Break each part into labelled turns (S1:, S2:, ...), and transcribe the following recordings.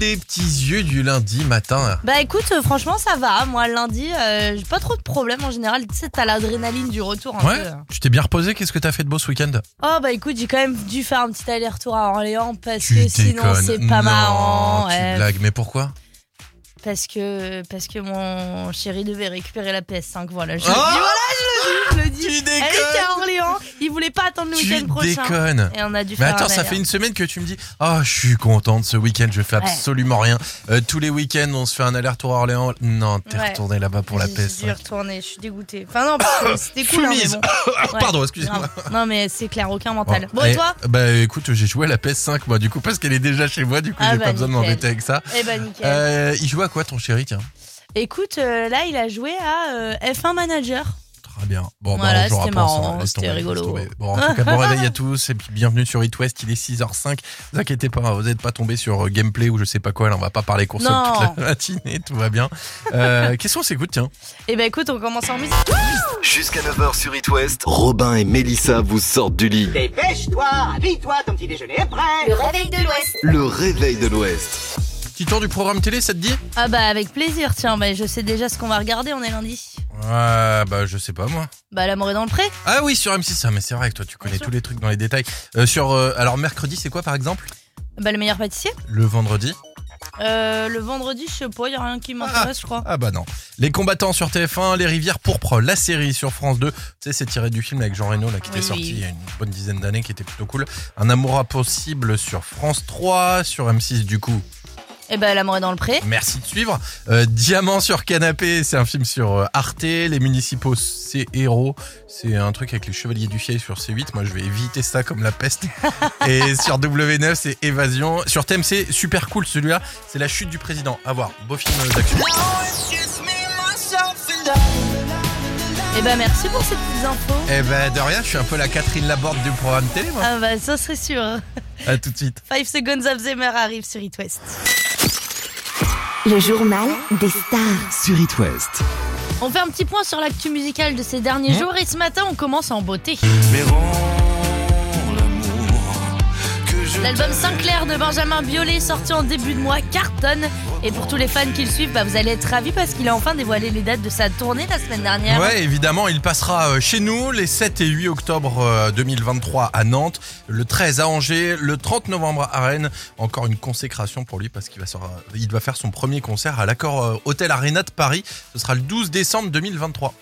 S1: tes petits yeux du lundi matin
S2: Bah écoute, euh, franchement, ça va. Moi, le lundi, euh, j'ai pas trop de problèmes en général. Tu sais, t'as l'adrénaline du retour un
S1: Ouais
S2: peu.
S1: Tu t'es bien reposé Qu'est-ce que t'as fait de beau ce week-end
S2: Oh bah écoute, j'ai quand même dû faire un petit aller-retour à Orléans parce
S1: Tu
S2: que sinon
S1: déconnes.
S2: c'est pas
S1: Non,
S2: marrant.
S1: Tu
S2: ouais.
S1: blagues, mais pourquoi
S2: parce que parce que mon chéri devait récupérer la PS5. Voilà, je le
S1: Oh
S2: dis, voilà, je le dis, je le
S1: Tu
S2: dis. Elle était
S1: déconnes
S2: à Orléans, il voulait pas attendre le
S1: Tu
S2: week-end prochain.
S1: déconnes
S2: Et on a dû
S1: mais
S2: faire
S1: attends,
S2: un
S1: ça
S2: aller-
S1: fait une semaine que tu me dis Ah, je suis contente ce week-end, je fais
S2: Ouais.
S1: absolument rien. Euh, tous les week-ends, on se fait un aller-retour à Orléans. Non, t'es
S2: Ouais.
S1: retourné là-bas pour la
S2: J'ai dû y
S1: PS5.
S2: retourner, je suis dégoûtée. Enfin non, parce que c'était cool, hein, mais
S1: Fumise.
S2: bon. Ouais.
S1: Pardon, excusez-moi.
S2: Grave. Non mais c'est clair, aucun mental. Bon,
S1: Eh,
S2: et toi
S1: Bah écoute, j'ai joué à la PS5 moi, du coup, parce qu'elle est déjà chez moi, du coup,
S2: Ah
S1: j'ai
S2: bah,
S1: pas besoin de
S2: nickel.
S1: m'embêter avec ça.
S2: Eh ben nickel.
S1: Euh, il joue à quoi ton chéri, tiens
S2: Écoute, euh, là, il a joué à euh, F1 Manager.
S1: Très bien. Bon, bah,
S2: Voilà,
S1: on jouera
S2: c'était
S1: pas ensemble.
S2: marrant,
S1: Laisse
S2: c'était
S1: tomber, laisse
S2: rigolo.
S1: tomber. Bon, en tout cas, bon réveil à tous et puis bienvenue sur It West. Il est 6h05. Ne vous inquiétez pas, hein, vous n'êtes pas tombé sur euh, gameplay ou je sais pas quoi. Là, on va pas parler console
S2: Non.
S1: toute la matinée. Tout va bien. Euh, Qu'est-ce qu'on s'écoute, tiens
S2: Eh ben écoute, on commence en musique.
S3: Jusqu'à 9h sur It West, Robin et Mélissa vous sortent du lit.
S4: Dépêche-toi, habille-toi, ton petit déjeuner est prêt.
S5: Le réveil de l'Ouest.
S3: Le réveil de l'Ouest.
S1: Petit tour du programme télé, ça te dit
S2: Ah bah avec plaisir, tiens, bah, je sais déjà ce qu'on va regarder, on est lundi.
S1: Ouais, bah je sais pas moi.
S2: Bah l'amour est dans le pré.
S1: Ah oui, sur M6, ça, mais c'est vrai que toi tu connais
S2: Bien sûr.
S1: tous les trucs dans les détails. Euh, sur euh, alors mercredi, c'est quoi par exemple
S2: Bah le meilleur pâtissier.
S1: Le vendredi
S2: Euh, le vendredi, je sais pas, y a rien qui m'intéresse, je crois.
S1: Ah bah non. Les combattants sur TF1, Les Rivières Pourpres, la série sur France 2. Tu sais, c'est tiré du film avec Jean Reno là, qui était
S2: Oui,
S1: sorti
S2: oui.
S1: il y a une bonne dizaine d'années, qui était plutôt cool. Un amour impossible sur France 3, sur M6 du coup.
S2: Eh bah l'amour est dans le pré.
S1: Merci de suivre. Euh, Diamant sur canapé, c'est un film sur euh, Arte. Les municipaux, c'est héros. C'est un truc avec les chevaliers du fiel sur C8. Moi, je vais éviter ça comme la peste. Et sur W9, c'est évasion. Sur TMC, super cool celui-là. C'est la chute du président. À voir. Beau film euh, d'action.
S2: Eh bah merci pour ces petites infos.
S1: Eh ben de rien, je suis un peu la Catherine Laborde du programme télé moi.
S2: Ah bah ça serait sûr.
S1: À tout de suite.
S2: 5 Seconds of Zemer arrive sur It West.
S5: Le journal des stars.
S3: Sur It West.
S2: On fait un petit point sur l'actu musicale de ces derniers
S1: Mmh.
S2: jours et ce matin on commence en beauté. L'album Sinclair de Benjamin Biolay sorti en début de mois cartonne et pour tous les fans qui le suivent bah, vous allez être ravis parce qu'il a enfin dévoilé les dates de sa tournée la semaine dernière.
S1: Ouais, évidemment, il passera euh, chez nous les 7 et 8 octobre euh, 2023 à Nantes, le 13 à Angers, le 30 novembre à Rennes. Encore une consécration pour lui parce qu'il va, sera- il va faire son premier concert à l'accord euh, Hôtel Arena de Paris. Ce sera le 12 décembre 2023.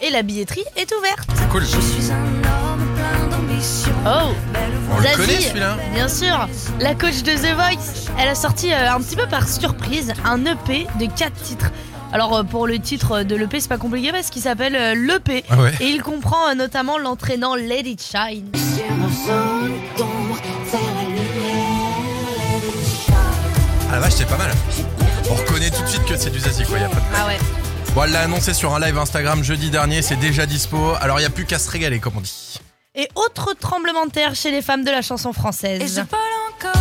S2: Et la billetterie est ouverte.
S1: C'est cool.
S2: Oh
S1: On le
S2: Zazie,
S1: connaît celui-là
S2: Bien sûr, la coach de The Voice, elle a sorti euh, un petit peu par surprise un EP de 4 titres. Alors euh, pour le titre de l'EP c'est pas compliqué parce qu'il s'appelle euh, l'EP.
S1: Ah ouais.
S2: Et il comprend euh, notamment l'entraînant Lady Shine.
S1: Ah la vache, c'est pas mal. On reconnaît tout de suite que c'est du Zazie quoi, y a pas de-
S2: Ah ouais.
S1: Bon, elle l'a annoncé sur un live Instagram jeudi dernier, c'est déjà dispo. Alors, il y a plus qu'à se régaler comme on dit.
S2: Et autre tremblement de terre chez les femmes de la chanson
S6: Et je
S2: française.
S6: vole encore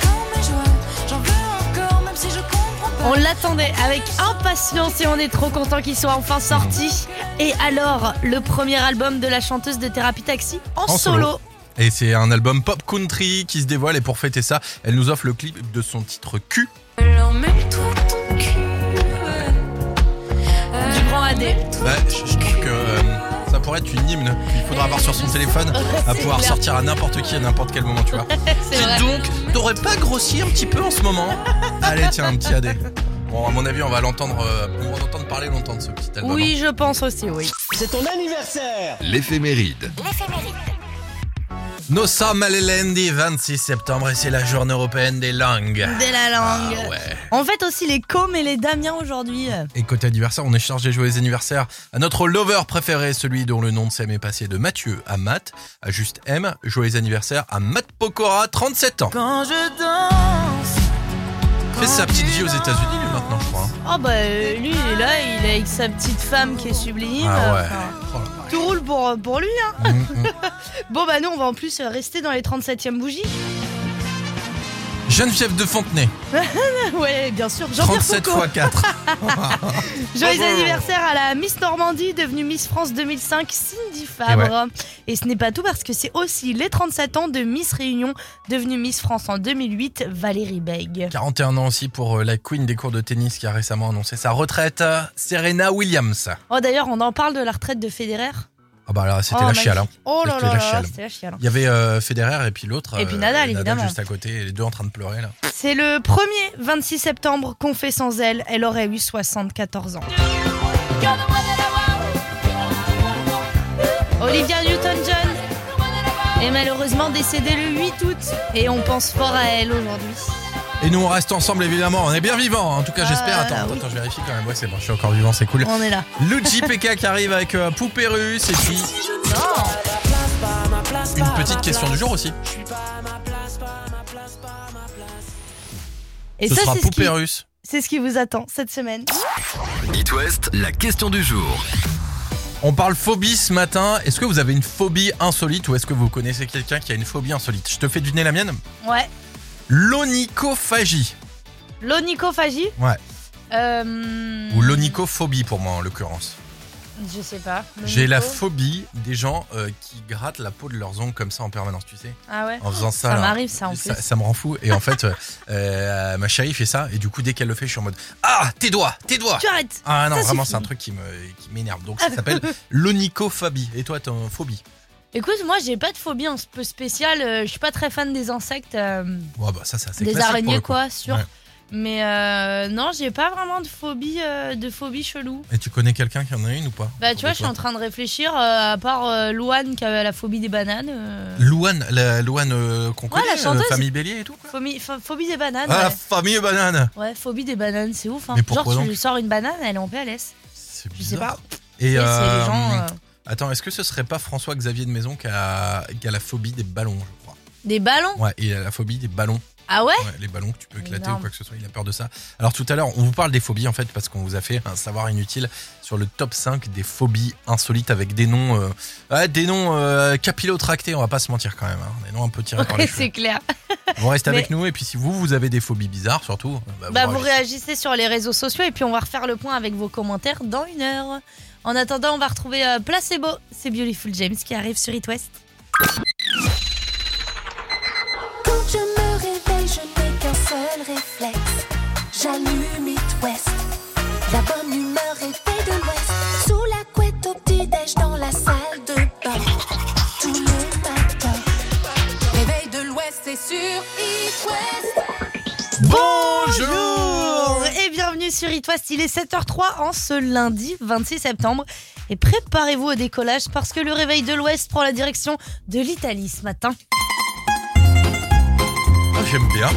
S6: comme mes joies. J'en veux encore, même si je comprends pas.
S2: On l'attendait avec impatience et on est trop content qu'il soit enfin sorti. Et alors, le premier album de la chanteuse de Thérapie Taxi en,
S1: En solo.
S2: solo.
S1: Et c'est un album pop country qui se dévoile et pour fêter ça, elle nous offre le clip de son titre Q.
S6: Alors mets-toi ton cul. ouais.
S2: Du grand AD.
S6: Mets-toi
S1: Ouais, je, je trouve que euh, ça pourrait être une hymne qu'il faudra avoir sur son téléphone à
S2: C'est
S1: pouvoir
S2: clair.
S1: sortir à n'importe qui à n'importe quel moment, tu vois.
S2: C'est
S1: Dis
S2: vrai.
S1: donc, t'aurais pas grossi un petit peu en ce moment Allez, tiens, un petit AD. Bon, à mon avis, on va l'entendre, euh, on va en entendre parler longtemps de ce petit album. hein.
S2: Oui, je pense aussi, oui.
S4: C'est ton anniversaire.
S3: L'éphéméride.
S1: Nous sommes à lundi 26 septembre et c'est la journée européenne des langues.
S2: De la langue.
S1: Ah ouais.
S2: On fête aussi les coms et les Damiens aujourd'hui.
S1: Et côté anniversaire, on est chargé de jouer les anniversaires à notre lover préféré, celui dont le nom de scène est passé de Mathieu à Matt, à juste M. Joyeux anniversaire à Matt Pokora, 37 ans.
S6: Quand je danse.
S1: Fait sa petite vie aux États-Unis, lui, maintenant, je crois. hein.
S2: Oh bah euh, lui, il est là, il est avec sa petite femme qui est sublime.
S1: Ah ouais.
S2: Enfin,
S1: Oh la vache.
S2: tout roule pour, pour lui. hein.
S1: Mm, mm.
S2: Bon bah nous, on va en plus rester dans les 37e bougies.
S1: Geneviève de Fontenay,
S2: ouais, bien sûr. Jean-Pierre
S1: 37
S2: Foucault.
S1: x 4.
S2: Joyeux
S1: Bravo.
S2: anniversaire à la Miss Normandie, devenue Miss France 2005, Cindy Fabre. Et, ce n'est pas tout parce que c'est aussi les 37 ans de Miss Réunion, devenue Miss France en 2008, Valérie Beg.
S1: 41 ans aussi pour euh, la queen des cours de tennis qui a récemment annoncé sa retraite, euh, Serena Williams.
S2: Oh d'ailleurs, on en parle de la retraite de Federer.
S1: Ah bah là, c'était
S2: Oh,
S1: la
S2: magnifique.
S1: chiale. hein.
S2: Oh là
S1: C'était
S2: là
S1: la
S2: là,
S1: chiale.
S2: c'était la chiale.
S1: Il y avait euh, Federer et puis l'autre. euh,
S2: Et puis Nadal, évidemment.
S1: juste à côté, et les deux en train de pleurer là.
S2: C'est le 1er 26 septembre qu'on fait sans elle. Elle aurait eu 74 ans. Olivia Newton-John est malheureusement décédée le 8 août et on pense fort à elle aujourd'hui.
S1: Et nous, on reste ensemble évidemment. On est bien vivants. hein. En tout cas, j'espère.
S2: Ah,
S1: Attends, attends,
S2: oui.
S1: attends, je vérifie quand même. Ouais, c'est bon, je suis encore vivant, c'est cool.
S2: On est là.
S1: Luigi PK qui arrive avec euh, Poupée Russe et puis une petite question du jour aussi.
S2: Et
S1: Ce
S2: ça,
S1: sera
S2: c'est ce, qui,
S1: Poupée hein. Russe.
S2: c'est ce qui vous attend cette semaine.
S3: It West, la question du jour.
S1: On parle phobie ce matin. Est-ce que vous avez une phobie insolite ou est-ce que vous connaissez quelqu'un qui a une phobie insolite Je te fais du nez la mienne.
S2: Ouais.
S1: L'onychophagie.
S2: L'onychophagie
S1: Ouais.
S2: Euh,
S1: Ou l'onychophobie pour moi en l'occurrence.
S2: Je sais pas.
S1: J'ai la
S2: L'onycho-
S1: phobie des gens euh, qui grattent la peau de leurs ongles comme ça en permanence, tu sais.
S2: Ah ouais.
S1: En faisant ça.
S2: Ça
S1: là.
S2: m'arrive ça en plus.
S1: Ça, ça me rend fou. Et en fait, euh, euh, ma chérie fait ça. Et du coup, dès qu'elle le fait, je suis en mode Ah, tes doigts, tes doigts
S2: Tu arrêtes.
S1: Ah non,
S2: ça
S1: vraiment,
S2: suffit. Ah.
S1: c'est un truc qui me- qui m'énerve. Donc, ça s'appelle l'onychophobie. Et toi, t'as une phobie
S2: Écoute, moi j'ai pas de phobie un peu spéciale. euh, je suis pas très fan des insectes, euh,
S1: Ouais, bah, ça, ça, c'est
S2: des
S1: classique pour
S2: araignées
S1: le coup.
S2: quoi, sûr.
S1: Ouais.
S2: Mais euh, non, j'ai pas vraiment de phobie, euh, de phobie chelou.
S1: Et tu connais quelqu'un qui en a une ou pas
S2: Bah tu vois, je suis en train de réfléchir. euh, à part euh, Louane qui a la phobie des bananes. euh,
S1: Louane, la Louane euh, qu'on
S2: Ouais, la
S1: connaît, euh,
S2: chanteuse.
S1: famille Bélier et tout quoi.
S2: phobie, pho- phobie des bananes.
S1: Ah, la
S2: ouais.
S1: famille banane
S2: Ouais, phobie des bananes, c'est ouf. Hein.
S1: Mais pourquoi
S2: Genre, tu
S1: donc
S2: lui sors une banane, elle est en PLS.
S1: C'est
S2: Je sais
S1: bizarre.
S2: pas.
S1: Et,
S2: Et c'est
S1: euh,
S2: les gens. euh,
S1: Attends, est-ce que ce serait pas François-Xavier de Maison qui a, qui a la phobie des ballons, je crois
S2: Des ballons
S1: Ouais, il a la phobie des ballons.
S2: Ah ouais
S1: Ouais, les ballons que tu peux éclater
S2: Énorme.
S1: ou quoi que ce soit, il a peur de ça. Alors tout à l'heure, on vous parle des phobies en fait parce qu'on vous a fait un savoir inutile sur le top 5 des phobies insolites avec des noms, euh, ouais, des noms euh, capillotractés, on va pas se mentir quand même, hein. des noms un peu tirés par les
S2: Ouais,
S1: cheveux.
S2: c'est clair.
S1: Vous restez
S2: Mais-
S1: avec nous et puis si vous, vous avez des phobies bizarres surtout, bah,
S2: Bah, vous
S1: réagissez.
S2: réagissez sur les réseaux sociaux et puis on va refaire le point avec vos commentaires dans une heure. En attendant, on va retrouver euh, Placebo. C'est Beautiful James qui arrive sur It West.
S6: Quand je me réveille, je n'ai qu'un seul réflexe. J'allume It West. La bonne humeur est faite de l'Ouest. Sous la couette au petit-déj dans la salle de bain. Tout le matin. Réveil de l'Ouest, c'est sur It West.
S1: Bonjour
S2: Et bienvenue sur It West. Il est 7h03 en ce lundi 26 septembre. Et préparez-vous au décollage parce que le réveil de l'Ouest prend la direction de l'Italie ce matin.
S1: Ah, J'aime bien.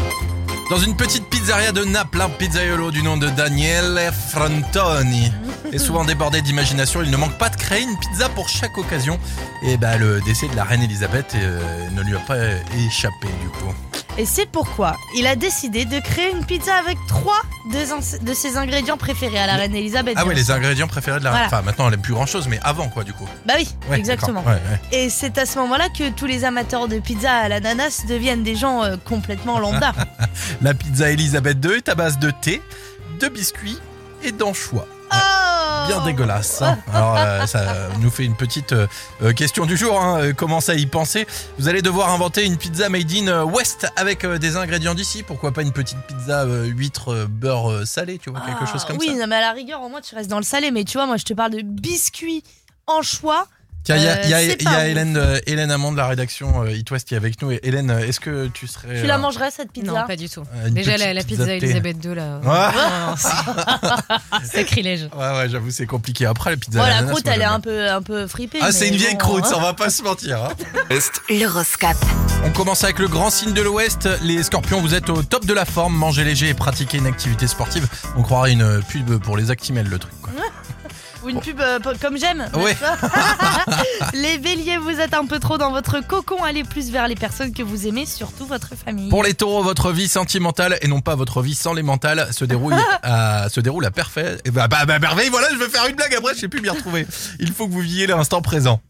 S1: Dans une petite pizzeria de Naples, un pizzaiolo du nom de Daniele Frantoni est souvent débordé d'imagination. Il ne manque pas de créer une pizza pour chaque occasion. Et bah, le décès de la reine Elisabeth euh, ne lui a pas euh, échappé du coup.
S2: Et c'est pourquoi il a décidé de créer une pizza avec trois des ins- de ses ingrédients préférés à la reine Elisabeth.
S1: Ah ouais, les ingrédients préférés de la reine.
S2: Voilà.
S1: Enfin, maintenant, elle aime plus grand chose, mais avant quoi, du coup.
S2: Bah oui,
S1: Ouais,
S2: exactement.
S1: d'accord. Ouais, ouais.
S2: Et c'est à ce moment-là que tous les amateurs de pizza à l'ananas deviennent des gens euh, complètement lambda.
S1: La pizza Elisabeth II est à base de thé, de biscuits et d'anchois.
S2: Oh
S1: bien dégueulasse. hein. Alors euh, ça nous fait une petite euh, euh, question du jour. Hein. Euh, Commencez à y penser. Vous allez devoir inventer une pizza made in euh, West avec euh, des ingrédients d'ici. Pourquoi pas une petite pizza euh, huître euh, beurre euh, salé, tu vois, quelque
S2: Ah,
S1: chose comme
S2: oui,
S1: ça.
S2: non, mais à la rigueur, au moins tu restes dans le salé. Mais tu vois, moi je te parle de biscuits, anchois.
S1: Tiens, il y a, il y a-
S2: Euh, c'est
S1: il y a
S2: pas bon.
S1: Hélène, euh, Hélène Amand de la rédaction euh, It West qui est avec nous. Et Hélène, euh, est-ce que tu serais
S2: Tu la
S1: euh,
S2: mangerais cette pizza
S7: Non, pas du tout.
S1: euh, une
S7: Déjà,
S1: petite
S7: la, la pizza
S1: thé
S7: Elisabeth II, là.
S1: Ouais,
S7: Non, c'est- Sacrilège.
S1: ouais, ouais, j'avoue, c'est compliqué. Après, la pizza. à
S2: Bon, Oh, la
S1: l'ananas,
S2: croûte,
S1: moi,
S2: elle est
S1: j'aime
S2: un peu, un peu fripée.
S1: bien. Ah, c'est
S2: mais
S1: une vieille
S2: bon,
S1: croûte,
S2: hein.
S1: ça, on va pas se mentir. hein.
S3: Est,
S5: l'horoscope.
S1: On commence avec le grand signe de l'Ouest. Les scorpions, vous êtes au top de la forme. Mangez léger et pratiquez une activité sportive. On croirait une pub pour les Actimel, le truc. quoi.
S2: Ou une pub euh, po- comme j'aime. n'est-ce
S1: Ouais.
S2: pas les béliers, vous êtes un peu trop dans votre cocon. Allez plus vers les personnes que vous aimez, surtout votre famille.
S1: Pour les taureaux, votre vie sentimentale et non pas votre vie sans les mentales se déroule à, se déroule à parfait. eh bah, bah, bah, merveille, voilà, je vais faire une blague après, je sais plus m'y retrouver. Il faut que vous viviez l'instant présent.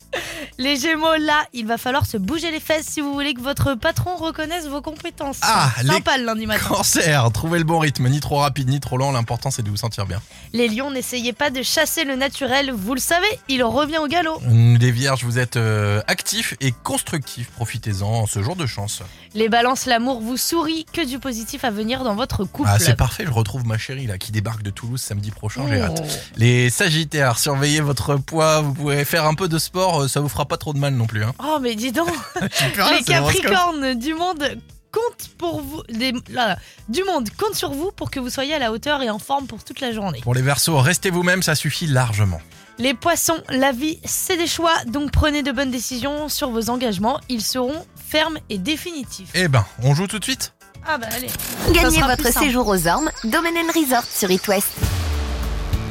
S2: Les gémeaux, là, il va falloir se bouger les fesses si vous voulez que votre patron reconnaisse vos compétences.
S1: Ah,
S2: Sympa le lundi matin.
S1: Cancer, trouvez le bon rythme, ni trop rapide, ni trop lent, l'important c'est de vous sentir bien.
S2: Les lions, n'essayez pas de chasser le naturel, vous le savez, il revient au galop.
S1: Les vierges, vous êtes euh, actifs et constructifs, profitez-en en ce jour de chance.
S2: Les balances, l'amour vous sourit, que du positif à venir dans votre couple.
S1: Ah, c'est parfait, je retrouve ma chérie là qui débarque de Toulouse samedi prochain, j'ai hâte.
S2: Oh.
S1: Les sagittaires, surveillez votre poids, vous pouvez faire un peu de sport, euh, ça vous fera pas trop de mal non plus. hein.
S2: Oh, mais dis donc, les
S1: Ah, c'est l'horoscope.
S2: capricornes du monde comptent pour vous, des- là, là, du monde compte sur vous pour que vous soyez à la hauteur et en forme pour toute la journée.
S1: Pour les versos, restez vous-même, ça suffit largement.
S2: Les poissons, la vie, c'est des choix, donc prenez de bonnes décisions sur vos engagements, ils seront fermes et définitifs.
S1: Eh ben, on joue tout de suite
S2: Ah bah allez.
S5: Gagnez
S2: sera plus
S5: votre
S2: simple.
S5: séjour aux ormes, Domaine and Resort sur It West.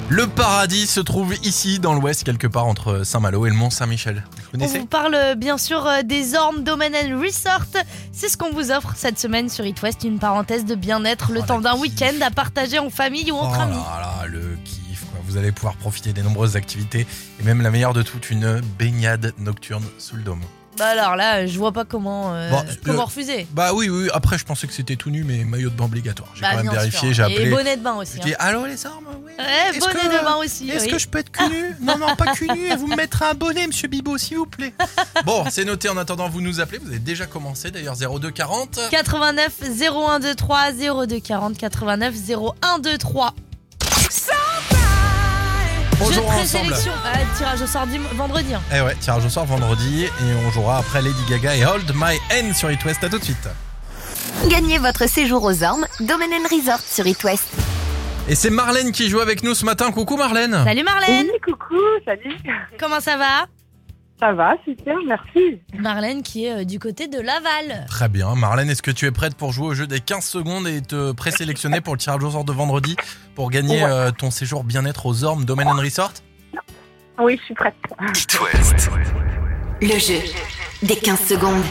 S1: Le paradis se trouve ici, dans l'ouest, quelque part entre Saint-Malo et le Mont-Saint-Michel. Vous
S2: On
S1: connaissez
S2: vous parle euh, bien sûr euh, des Ormes Domain and Resort. C'est ce qu'on vous offre cette semaine sur It West, une parenthèse de bien-être le
S1: Oh,
S2: temps
S1: le
S2: d'un
S1: kiff.
S2: week-end à partager en famille ou
S1: Oh
S2: entre
S1: là
S2: amis.
S1: là, le kiff, quoi. Vous allez pouvoir profiter des nombreuses activités et même la meilleure de toutes, une baignade nocturne sous le dôme.
S2: Bah alors là, je vois pas comment, euh,
S1: Bon,
S2: comment
S1: euh,
S2: refuser.
S1: Bah oui, oui, après je pensais que c'était tout nu, mais maillot de bain obligatoire. J'ai
S2: Bah,
S1: quand même
S2: bien
S1: vérifié,
S2: sûr.
S1: j'ai
S2: Et
S1: appelé.
S2: bonnet de bain aussi.
S1: Je
S2: hein.
S1: dis allô les armes ouais.
S2: Eh,
S1: Est-ce
S2: bonnet
S1: que-
S2: de bain aussi.
S1: Est-ce
S2: oui.
S1: que je peux être cul nu Non, non, pas cul nu. Et vous me mettrez un bonnet, monsieur Bibot, s'il vous plaît. Bon, c'est noté. En attendant, vous nous appelez. Vous avez déjà commencé, d'ailleurs, 0240.
S2: 89 0123 02 40 89 0123. Jeu de
S1: Bonjour ensemble.
S2: présélection. Ah, tirage au sort dim- vendredi. hein.
S1: Eh ouais, tirage au sort vendredi. Et on jouera après Lady Gaga et Hold My Hand sur It West. À tout de suite.
S5: Gagnez votre séjour aux ormes, Domaine and Resort sur It West.
S1: Et c'est Marlène qui joue avec nous ce matin. Coucou Marlène.
S2: Salut Marlène,
S8: Oui, coucou, salut.
S2: comment ça va
S8: Ça va, Ah, super, merci.
S2: Marlène qui est euh, du côté de Laval.
S1: Très bien. Marlène, est-ce que tu es prête pour jouer au jeu des 15 secondes et te présélectionner pour le tirage au sort de vendredi pour gagner
S8: Ouais.
S1: euh, ton séjour bien-être aux Ormes Domaine and Resort
S8: Oui, je suis prête.
S3: It West.
S5: Le jeu des 15 secondes.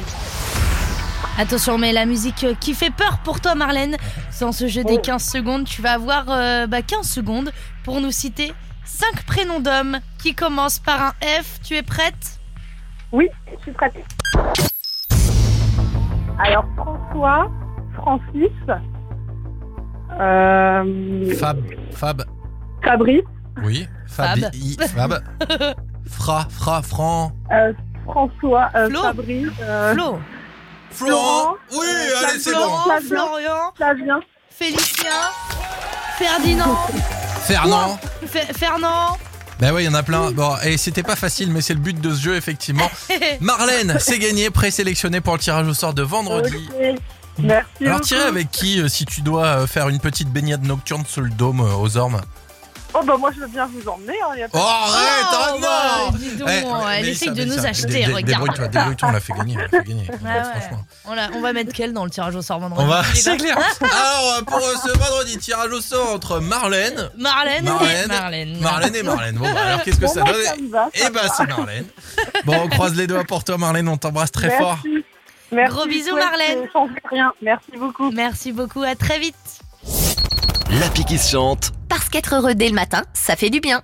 S2: Attention, mais la musique euh, qui fait peur pour toi, Marlène. Dans ce jeu des 15 secondes, tu vas avoir euh, bah, 15 secondes pour nous citer 5 prénoms d'hommes qui commencent par un F. Tu es prête
S8: Oui, je suis prête. Alors, François, Francis, euh,
S1: Fab. Fab.
S8: Fabrice,
S1: Oui,
S2: Fab.
S1: Fabi, I- Fab. Fra, fra, Fran.
S8: euh, François, euh,
S2: Flo.
S8: Fabrice, euh,
S2: Flo,
S8: Florent.
S1: Oui,
S8: Euh,
S1: allez, c'est
S8: Fabien.
S1: bon.
S2: Florent, Florian,
S8: Flavien,
S2: Félicien, Ferdinand,
S1: Fernand.
S2: Fe- Fernand.
S1: Ben ouais, il y en a plein. Bon, et c'était pas facile, mais c'est le but de ce jeu, effectivement.
S2: Oh,
S1: Marlène, c'est gagné, présélectionnée pour le tirage au sort de vendredi.
S8: ok. Merci.
S1: Alors,
S8: beaucoup.
S1: tirer avec qui euh, si tu dois euh, faire une petite baignade nocturne sous le dôme euh, aux ormes
S8: Oh, bah, moi, je veux bien vous emmener. Hein, y a
S1: Oh,
S8: pas-
S1: arrête
S2: Oh,
S1: oh, non
S2: bah, dis donc,
S1: Eh, mais-
S2: Elle
S1: mais
S2: essaye
S1: ça,
S2: de
S1: mais
S2: nous
S1: ça, dé-
S2: acheter,
S1: dé-
S2: regarde. Ah
S1: Débrouille-toi, débrouille-toi, on l'a fait gagner. On l'a fait gagner.
S2: ouais.
S1: Franchement.
S2: On, la- on va mettre quelle dans le tirage au sort vendredi
S1: On va.
S2: Tu les vas-
S1: clair. Alors, pour euh, ce vendredi, tirage au sort entre Marlène, Marlène.
S2: Marlène, et Marlène.
S1: Marlène et Marlène. Bon, bah, alors qu'est-ce que
S8: Bon,
S1: ça
S8: moi,
S1: donne
S8: ça me va.
S1: Eh ben, c'est Marlène. Bon, on croise les doigts pour toi, Marlène. On t'embrasse très
S8: Merci.
S1: fort.
S8: Merci,
S2: Gros bisous,
S8: je souhaite
S2: Marlène.
S8: que je change rien. Merci beaucoup.
S2: Merci beaucoup, à très vite.
S3: L'appli qui se chante.
S5: Parce qu'être heureux dès le matin, ça fait du bien.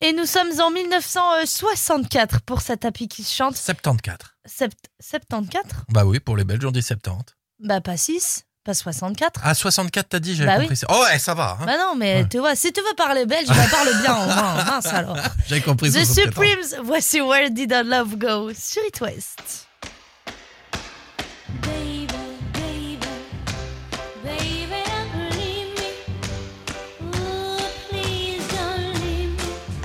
S2: Et nous sommes en 1964 pour cet tapis qui se chante.
S1: 74.
S2: Sept- 74
S1: Bah oui, pour les Belges, on dit 70.
S2: Bah pas 6, pas 64.
S1: Ah, 64, t'as dit, j'avais
S2: Bah oui.
S1: compris. ça. Oh, ouais, ça va. hein.
S2: Bah non, mais
S1: Ouais.
S2: tu vois, si tu veux parler belge, bah parle bien au moins. Mince alors.
S1: J'avais compris.
S2: Bah, The
S1: 74.
S2: Supremes, voici Where Did Our Love Go sur It West.
S6: Baby, baby, baby, leave me. Ooh, please don't leave me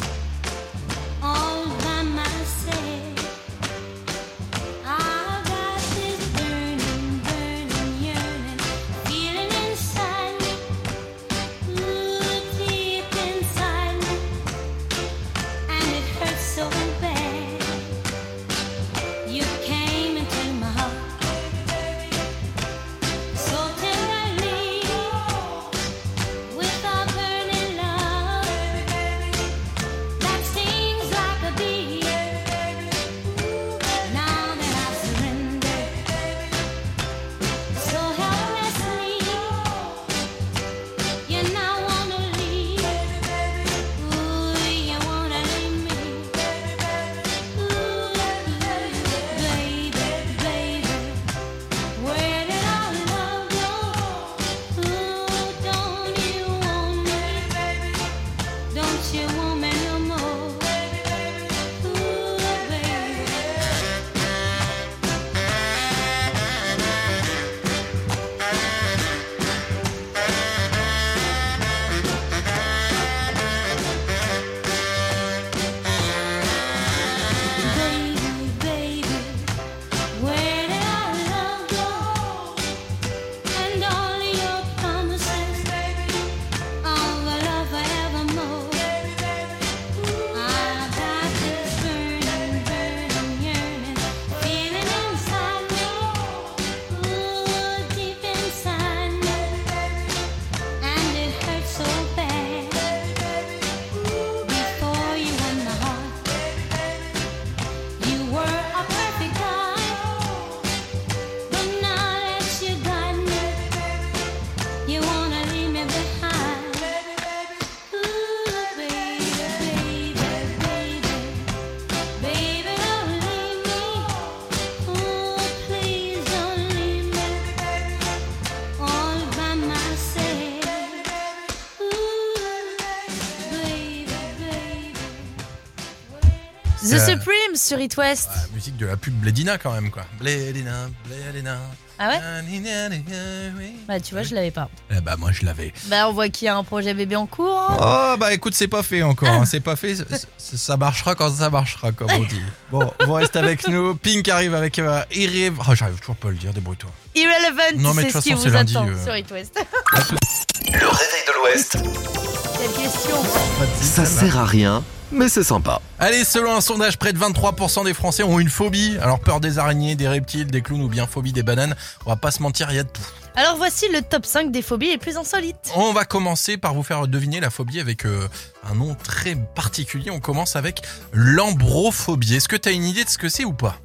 S6: all by myself. I got this burning, burning yearning feeling inside me, ooh, deep inside me, and it hurts so bad. You can't.
S2: The
S1: Euh.
S2: Supreme sur It West.
S1: La musique de la pub Blédina quand même quoi. Blédina, Blédina.
S2: Ah ouais
S1: Nanina, nanina, oui.
S2: Bah tu vois, je l'avais pas.
S1: Eh bah moi je l'avais.
S2: Bah on voit qu'il y a un projet bébé en cours.
S1: Oh bah écoute c'est pas fait encore, hein, c'est pas fait, c- c- ça marchera quand ça marchera comme on dit. Bon, vous restez avec nous, Pink arrive avec euh, Irrev- Oh j'arrive toujours pas à le dire, débrouille-toi.
S2: Irrelevant,
S1: Non, mais de
S2: c'est
S1: toute
S2: ce qui
S1: façon, c'est
S2: vous
S1: lundi,
S2: attend
S1: euh.
S2: sur It West.
S3: Le réveil de l'Ouest,
S2: Quelle question
S1: Pas de zip,
S3: ça
S1: celle-là.
S3: sert à rien, mais c'est sympa.
S1: Allez, selon un sondage, près de 23% des Français ont une phobie. Alors peur des araignées, des reptiles, des clowns ou bien phobie des bananes. On va pas se mentir, il y a de tout.
S2: Alors voici le top 5 des phobies les plus insolites.
S1: On va commencer par vous faire deviner la phobie avec euh, un nom très particulier. On commence avec l'ambrophobie. Est-ce que t'as une idée de ce que c'est ou pas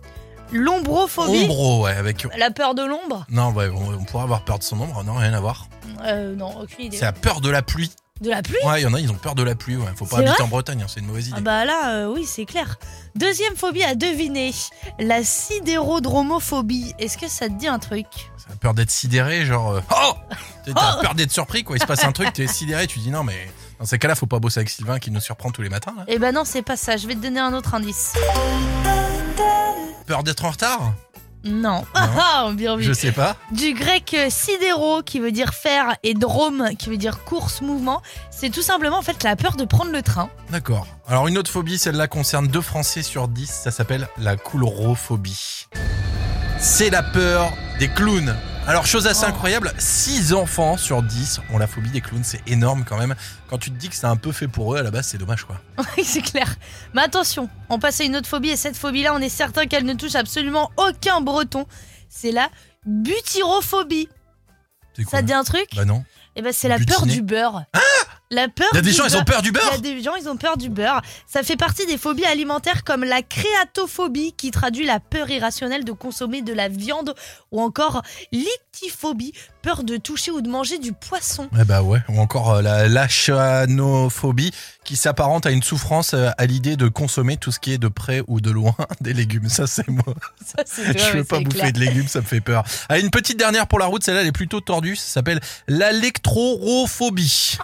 S2: L'ombrophobie.
S1: Ombro, ouais, avec...
S2: La peur de l'ombre
S1: Non, ouais, on, on pourrait avoir peur de son ombre, non, rien à voir.
S2: Euh, Non, aucune idée.
S1: C'est la peur de la pluie.
S2: De la pluie
S1: Ouais, il y en a, ils ont peur de la pluie, ouais. Faut
S2: C'est
S1: pas habiter en Bretagne, hein, c'est une mauvaise idée.
S2: Ah bah là, euh, oui, c'est clair. Deuxième phobie à deviner, la sidérodromophobie. Est-ce que ça te dit un truc
S1: C'est la peur d'être sidéré, genre... euh, Oh T'as- T'as peur d'être surpris, quoi. Il se passe un truc, t'es sidéré, tu dis non, mais dans ces cas-là, faut pas bosser avec Sylvain qui nous surprend tous les matins, là.
S2: Eh ben non, c'est pas ça. Je vais te donner un autre indice.
S1: Peur d'être en retard
S2: Non. Ah ah, bien vu.
S1: Je sais pas.
S2: Du grec euh, sidéro qui veut dire faire et drome qui veut dire course, mouvement. C'est tout simplement en fait la peur de prendre le train.
S1: D'accord. Alors une autre phobie, celle-là concerne 2 Français sur 10, ça s'appelle la coulrophobie. C'est la peur des clowns. Alors chose assez
S2: Oh.
S1: incroyable, 6 enfants sur 10 ont la phobie des clowns, c'est énorme quand même. Quand tu te dis que c'est un peu fait pour eux, à la base c'est dommage quoi.
S2: Oui, c'est clair. Mais attention, on passe à une autre phobie et cette phobie-là, on est certain qu'elle ne touche absolument aucun breton. C'est la butyrophobie.
S1: C'est
S2: Ça
S1: quoi
S2: te dit un truc
S1: Bah non.
S2: Eh ben, c'est la peur
S1: Butiner. Ah
S2: du beurre. la peur
S1: Il y a des
S2: du
S1: gens, ils ont
S2: beurre.
S1: peur du
S2: Il y a
S1: beurre
S2: des gens, ils ont peur du beurre. Ça fait partie des phobies alimentaires comme la créatophobie qui traduit la peur irrationnelle de consommer de la viande ou encore l'ictiphobie, peur de toucher ou de manger du poisson.
S1: Eh bah ouais, ou encore euh, la lachanophobie qui s'apparente à une souffrance euh, à l'idée de consommer tout ce qui est de près ou de loin des légumes. Ça c'est moi.
S2: Ça, c'est
S1: Je
S2: ouais,
S1: veux
S2: ouais,
S1: pas
S2: c'est
S1: bouffer
S2: clair.
S1: de légumes, ça me fait peur. Allez, une petite dernière pour la route, celle-là elle est plutôt tordue, ça s'appelle l'électrorophobie.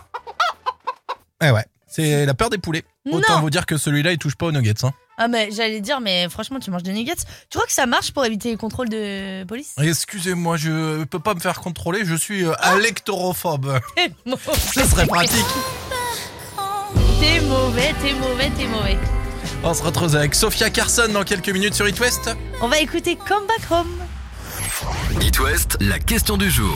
S1: Eh ouais, c'est la peur des poulets. Autant
S2: Non.
S1: vous dire que celui-là il touche pas aux nuggets. Hein.
S2: Ah mais j'allais dire mais franchement tu manges des nuggets. Tu crois que ça marche pour éviter les contrôles de police
S1: Excusez-moi, je peux pas me faire contrôler, je suis euh, électrorophobe. Ça Ah. serait pratique.
S2: T'es mauvais, t'es mauvais, t'es mauvais.
S1: On se retrouve avec Sophia Carson dans quelques minutes sur It West.
S2: On va écouter Come Back Home.
S3: It West, la question du jour.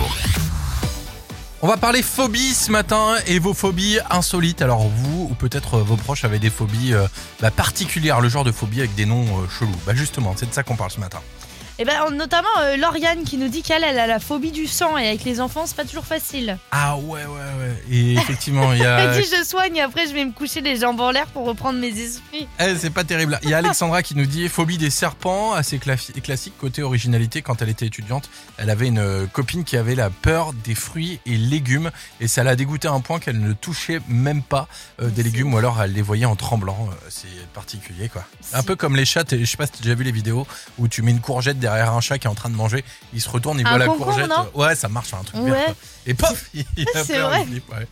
S1: On va parler phobie ce matin et vos phobies insolites. Alors vous ou peut-être euh, vos proches avaient des phobies euh, bah, particulières, le genre de phobie avec des noms euh, chelous. Bah justement, c'est de ça qu'on parle ce matin.
S2: Et ben on- notamment euh, Lauriane qui nous dit qu'elle elle a la phobie du sang et avec les enfants c'est pas toujours facile.
S1: Ah ouais ouais ouais. Et effectivement, il y
S2: Elle
S1: a
S2: dit je soigne et après je vais me coucher les jambes en l'air pour reprendre mes esprits.
S1: Eh, c'est pas terrible. Il y a Alexandra qui nous dit phobie des serpents, assez cla- classique côté originalité quand elle était étudiante, elle avait une euh, copine qui avait la peur des fruits et légumes et ça l'a dégoûté à un point qu'elle ne touchait même pas euh, des légumes ou alors elle les voyait en tremblant, Euh, c'est particulier quoi. Un
S2: Si.
S1: peu comme les chats, t'es- je sais pas si t'as déjà vu les vidéos où tu mets une courgette derrière un chat qui est en train de manger, il se retourne, il
S2: Un
S1: voit la
S2: concombre,
S1: courgette.
S2: non
S1: ouais, ça marche un truc
S2: Ouais.
S1: vert, quoi. Et pof, il a
S2: C'est
S1: peur,
S2: vrai.
S1: il flippe, ouais.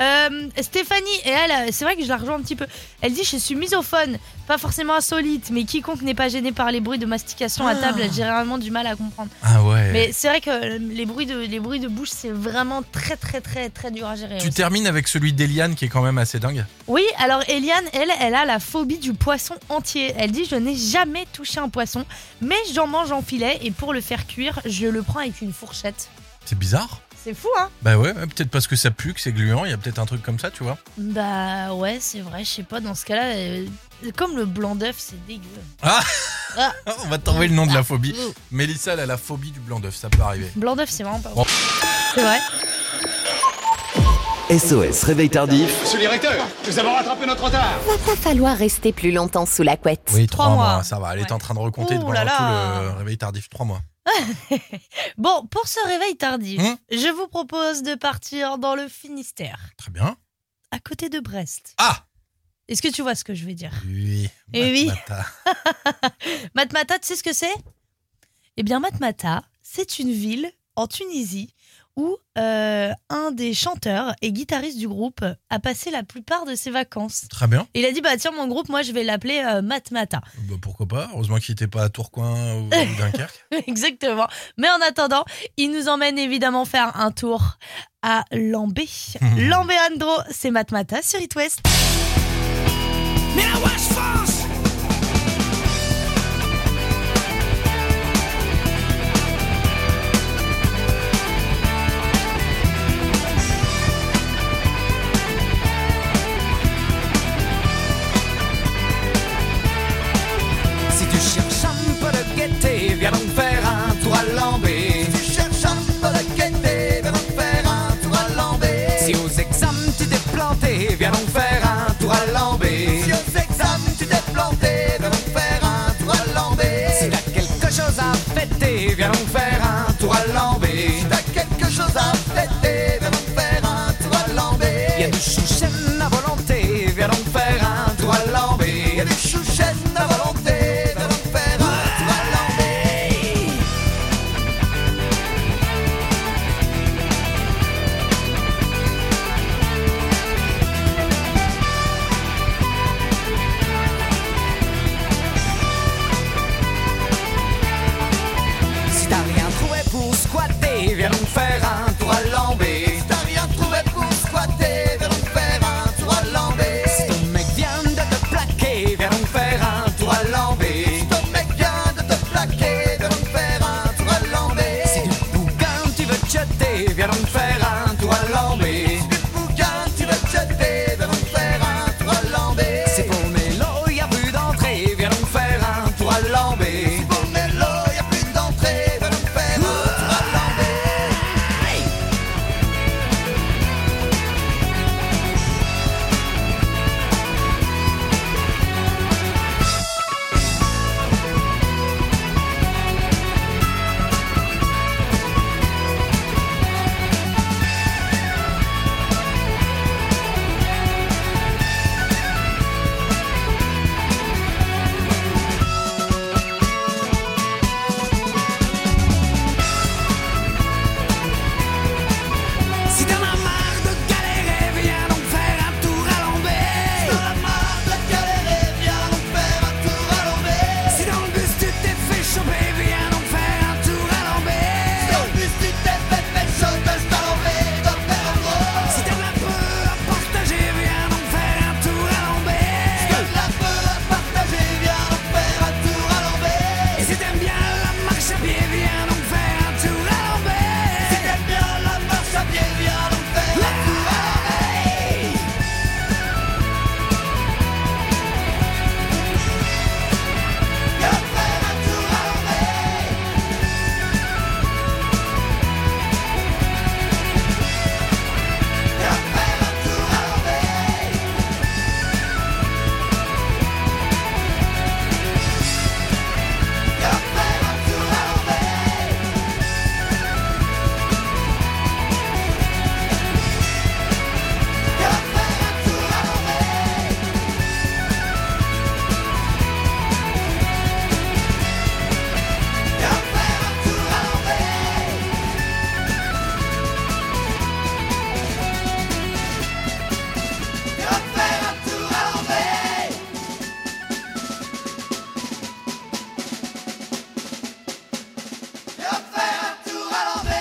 S2: Euh, Stéphanie et elle euh, c'est vrai que je la rejoins un petit peu. Elle dit je suis misophone, pas forcément insolite mais quiconque n'est pas gêné par les bruits de mastication à table, elle a généralement du mal à comprendre.
S1: Ah ouais.
S2: Mais c'est vrai que euh, les bruits de, les bruits de bouche, c'est vraiment très, très, très, très dur à gérer.
S1: Tu
S2: aussi.
S1: termines avec celui d'Eliane qui est quand même assez dingue.
S2: Oui, alors Eliane, elle, elle a la phobie du poisson entier. Elle dit Je n'ai jamais touché un poisson, mais j'en mange en filet et pour le faire cuire, je le prends avec une fourchette.
S1: C'est bizarre.
S2: C'est fou, hein
S1: Bah ouais, ouais, peut-être parce que ça pue, que c'est gluant, il y a peut-être un truc comme ça, tu vois.
S2: Bah ouais, c'est vrai, je sais pas, dans ce cas-là, euh, comme le blanc d'œuf, c'est dégueu.
S1: On va t'envoyer le nom de la phobie.
S2: Ouh.
S1: Mélissa, elle a la phobie du blanc d'œuf, ça peut arriver.
S2: Blanc d'œuf, c'est vraiment pas bon. C'est vrai.
S3: SOS, réveil tardif.
S4: Monsieur le directeur, nous avons rattrapé notre retard.
S5: Va pas falloir rester plus longtemps sous la couette.
S1: Oui,
S2: Trois
S1: trois mois,
S2: mois.
S1: ça va, elle est
S2: Ouais.
S1: en train de recompter
S2: Ouh
S1: devant
S2: là
S1: tout
S2: là.
S1: le réveil tardif, trois mois.
S2: Bon, pour ce réveil tardif,
S1: Hmm
S2: je vous propose de partir dans le Finistère,
S1: Très bien.
S2: à côté de Brest.
S1: Ah
S2: Est-ce que tu vois ce que je veux dire
S1: Oui.
S2: Eh oui.
S1: Matmata.
S2: Matmata, tu sais ce que c'est Eh bien, Matmata, c'est une ville en Tunisie où euh, un des chanteurs et guitaristes du groupe a passé la plupart de ses vacances.
S1: Très bien.
S2: Il a dit bah tiens mon groupe moi je vais l'appeler euh, Matmata.
S1: Bah, pourquoi pas Heureusement qu'il n'était pas à Tourcoing ou ou Dunkerque.
S2: Exactement. Mais en attendant, il nous emmène évidemment faire un tour à Lambé. Lambé Andro, c'est Matmata sur It West.
S9: Si tu cherches un peu de gaieté, viens donc faire un tour à Lambé. Si tu cherches un peu de gaieté, viens donc faire un tour à Lambé. Si aux examens tu t'es planté, viens donc faire un tour à Lambé. Si aux examens tu t'es planté, viens donc faire un tour à Lambé. Si t'as quelque chose à fêter, viens donc faire un tour à Lambé. Si t'as quelque chose à fêter, viens donc faire un tour à Lambé. Y a du chouchen à volonté, viens donc faire un tour à Lambé. Y a du chouchen à volonté, viens donc faire un tour à Lambé. Si t'as rien trouvé pour squatter, viens donc faire un tour à Lambé. Si t'as rien trouvé pour squatter, viens donc faire un tour à Lambé. Si ton mec vient de te plaquer, viens donc faire un tour à Lambé. Si ton mec vient de te plaquer, viens donc faire un tour à Lambé. Si du bouquin tu veux te jeter, viens donc faire un tour à Lambé. Si du bouquin tu veux te jeter, viens donc faire un tour à Lambé. Si pour Mélo y a plus d'entrée, viens donc faire un tour à Lambé. Si pour Mélo y a plus d'entrée, viens donc faire un tour à Lambé. Si t'en as marre de galérer, viens donc faire un tour à l'envers. Si t'en as marre de galérer, viens donc faire un tour à l'envers. Si dans le bus tu t'es fait choper, viens donc faire un tour à l'envers. Si dans le bus tu t'es fait faire choper, je t'en vais, t'en faire en gros. Si t'en as peu à partager, viens donc faire un tour à l'envers. Si t'en as peu à partager, viens donc faire un tour à l'envers. Et si t'aimes bien la marche à pied, viens donc faire un tour à l'envers. Si t'aimes bien la marche à pied, viens donc faire un tour à l'envers. Viens faire un tour à l'envers. Viens faire un tour à l'envers. Viens faire un tour à l'envers. Viens faire un tour à l'envers. Viens faire un tour à l'envers. Viens faire un tour à l'envers. Viens faire un tour à l'envers.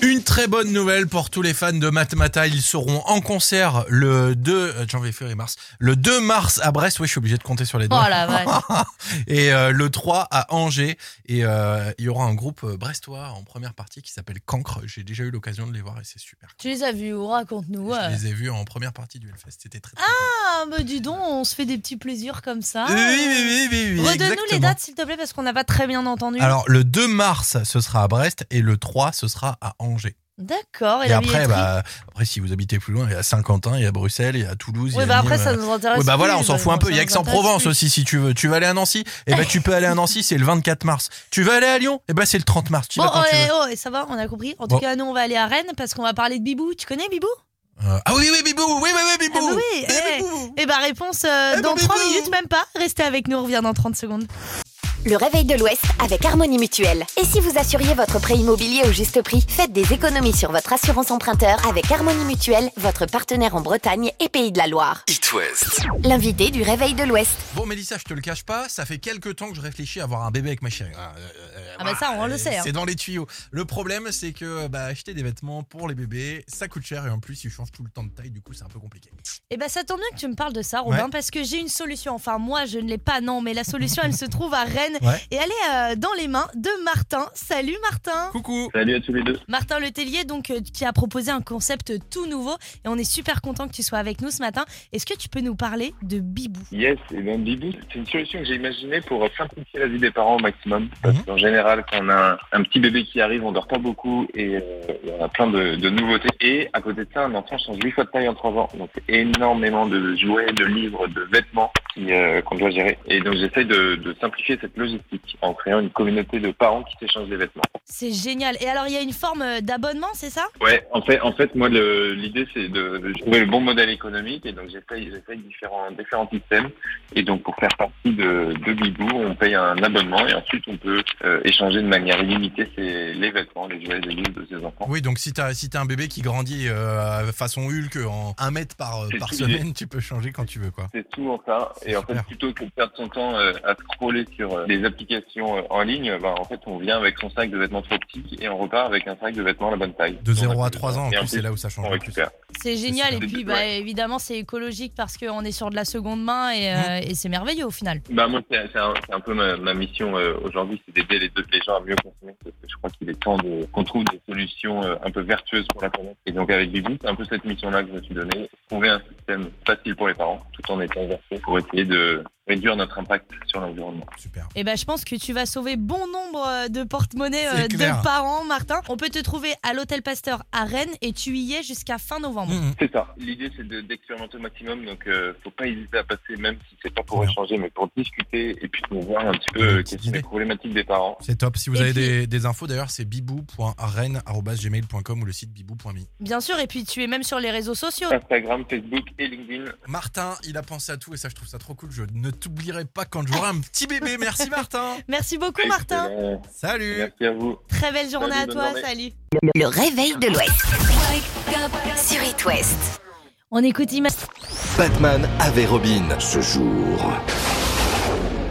S1: Une très bonne nouvelle pour tous les fans de Matmata. Ils seront en concert le 2 euh, janvier, février, mars. Le 2 mars à Brest. Oui, je suis obligé de compter sur les
S2: Oh
S1: doigts.
S2: la vache.
S1: et euh, le 3 à Angers. Et euh, il y aura un groupe euh, brestois en première partie qui s'appelle Cancre. J'ai déjà eu l'occasion de les voir et c'est super.
S2: Tu les as vus, ou raconte-nous.
S1: Je
S2: euh.
S1: les ai vus en première partie du Hellfest. C'était très, très
S2: Ah bah dis donc, on se fait des petits plaisirs comme ça.
S1: cool. Oui, oui, oui, oui, oui,
S2: Redonne-nous les
S1: exactement.
S2: dates s'il te plaît parce qu'on n'a pas très bien entendu.
S1: Alors, le 2 mars, ce sera à Brest et le 3, ce sera à Angers.
S2: D'accord. Et,
S1: Et,
S2: la
S1: après,
S2: billetterie
S1: bah, après, si vous habitez plus loin, il y a Saint-Quentin, il y a Bruxelles, il y a Toulouse. il y
S2: Oui,
S1: a
S2: bah après
S1: Nîmes.
S2: ça nous intéresse.
S1: Ouais, bah voilà, on
S2: plus,
S1: s'en
S2: bah,
S1: fout un peu. Il y a
S2: ça nous
S1: Aix-en-Provence
S2: intéresse
S1: aussi, si tu veux. Tu vas aller à Nancy Eh ben, tu peux aller à Nancy, c'est le 24 mars. Tu vas aller à Lyon Eh ben, c'est le 30 mars. Tu
S2: plus. Bon,
S1: vas quand
S2: oh,
S1: tu
S2: eh,
S1: veux.
S2: oh, et ça va, on a compris. En
S1: Bon.
S2: tout cas, nous, on va aller à Rennes parce qu'on va parler de Bibou. Tu connais Bibou
S1: Euh, ah oui, oui, Bibou Oui, oui, oui,
S2: Ah
S1: Bibou
S2: bah oui, eh.
S1: Bibou
S2: Eh bah, réponse euh,
S1: Eh,
S2: dans
S1: Bibou.
S2: 3 minutes, même pas. Restez avec nous, on revient dans 30 secondes.
S5: le réveil de l'Ouest avec Harmonie Mutuelle. Et si vous assuriez votre prêt immobilier au juste prix, faites des économies sur votre assurance emprunteur avec Harmonie Mutuelle, votre partenaire en Bretagne et Pays de la Loire.
S3: It West.
S5: L'invité du réveil de l'Ouest.
S1: Bon, Mélissa, je te le cache pas, ça fait quelques temps que je réfléchis à avoir un bébé avec ma chérie. Ah, euh, euh,
S2: Ah bah ça, on le
S1: euh,
S2: sait, hein.
S1: C'est dans les tuyaux. Le problème, c'est que bah, acheter des vêtements pour les bébés, ça coûte cher et en plus, ils changent tout le temps de taille, du coup, c'est un peu compliqué.
S2: Et bah ça tombe bien que tu me parles de ça, Robin,
S1: Ouais.
S2: parce que j'ai une solution. Enfin, moi, je ne l'ai pas, non, mais la solution, elle se trouve à Rennes.
S1: Ouais.
S2: Et elle est euh, dans les mains de Martin. Salut Martin
S1: Coucou
S10: Salut à tous les deux.
S2: Martin Letellier, donc, euh, qui a proposé un concept tout nouveau. Et on est super content que tu sois avec nous ce matin. Est-ce que tu peux nous parler de Bibou
S10: Yes, et ben Bibou, c'est une solution que j'ai imaginée pour euh, simplifier la vie des parents au maximum. Parce qu'en général, quand on a un, un petit bébé qui arrive, on dort pas beaucoup et euh, et on a plein de, de nouveautés. Et à côté de ça, un enfant change huit fois de taille en trois ans. Donc c'est énormément de jouets, de livres, de vêtements qui, euh, qu'on doit gérer. Et donc j'essaie de, de simplifier cette logistique en créant une communauté de parents qui s'échangent des vêtements.
S2: C'est génial. Et alors, il y a une forme euh, d'abonnement, c'est ça
S10: Ouais, en fait, en fait, moi, le- l'idée, c'est de, de trouver le bon modèle économique, et donc j'essaye, j'essaye différents, différents systèmes. Et donc, pour faire partie de, de Bibou, on paye un abonnement, et ensuite, on peut euh, échanger de manière illimitée ses, les vêtements, les jouets, les livres de ses enfants.
S1: Oui, donc si t'as si t'as un bébé qui grandit euh, façon Hulk en 1 mètre par, euh,
S10: C'est
S1: par
S10: ce
S1: semaine, tu peux changer quand tu veux, quoi.
S10: C'est souvent ça. Et en fait,
S1: Super.
S10: plutôt que de perdre son temps euh, à scroller sur euh, des applications euh, en ligne, ben, en fait, on vient avec son sac de vêtements trop petit, et on repart avec un sac de vêtements à la bonne taille.
S1: De
S10: Donc,
S1: 0
S10: on a
S1: à 3 ans, en
S10: et
S1: plus, c'est là où ça change
S10: on
S1: le plus.
S10: récupère.
S2: C'est génial.
S10: ça.
S2: Et puis, bah, évidemment, c'est écologique parce qu'on est sur de la seconde main et, euh, et c'est merveilleux au final.
S10: Bah moi c'est c'est un, c'est un peu ma, ma mission euh, aujourd'hui, c'est d'aider les, autres- les gens à mieux consommer parce que je crois qu'il est temps de- qu'on trouve des solutions euh, un peu vertueuses pour la planète. Et donc avec Bibi, c'est un peu cette mission-là que je me suis donnée, trouver un système facile pour les parents tout en étant versé pour essayer de réduire notre impact sur l'environnement.
S1: Super.
S2: Et ben je pense que tu vas sauver bon nombre euh, de porte-monnaie
S1: C'est
S2: euh,
S1: clair.
S2: de parents, Martin. On peut te trouver à l'hôtel Pasteur à Rennes et tu y es jusqu'à fin novembre.
S1: Mhm.
S10: C'est ça. L'idée c'est de- d'expérimenter au maximum, donc euh, faut pas hésiter à passer, même si c'est pas pour
S1: Bien.
S10: échanger, mais pour discuter et puis pour voir un petit peu
S1: Des
S10: euh,
S1: petites
S10: quelles sont les
S1: idées.
S10: problématiques des parents.
S1: C'est top. Si vous
S2: Et
S1: avez
S2: puis-
S1: des, des infos, d'ailleurs, c'est bibou.arène.gmail.com ou le site bibou.me.
S2: Bien sûr, et puis tu es même sur les réseaux sociaux.
S10: Instagram, Facebook et LinkedIn.
S1: Martin, il a pensé à tout et ça, je trouve ça trop cool. Je ne t'oublierai pas quand j'aurai un petit bébé. Merci, Martin.
S2: Merci beaucoup, Martin.
S10: Excellent.
S1: Salut.
S10: Merci à vous.
S2: Très belle journée
S10: Salut,
S2: à
S10: bonne
S2: toi.
S10: journée.
S2: Salut.
S5: Le réveil de l'Ouest. Sur It West.
S2: On écoute Ima-
S3: Batman avec Robin.
S11: Ce jour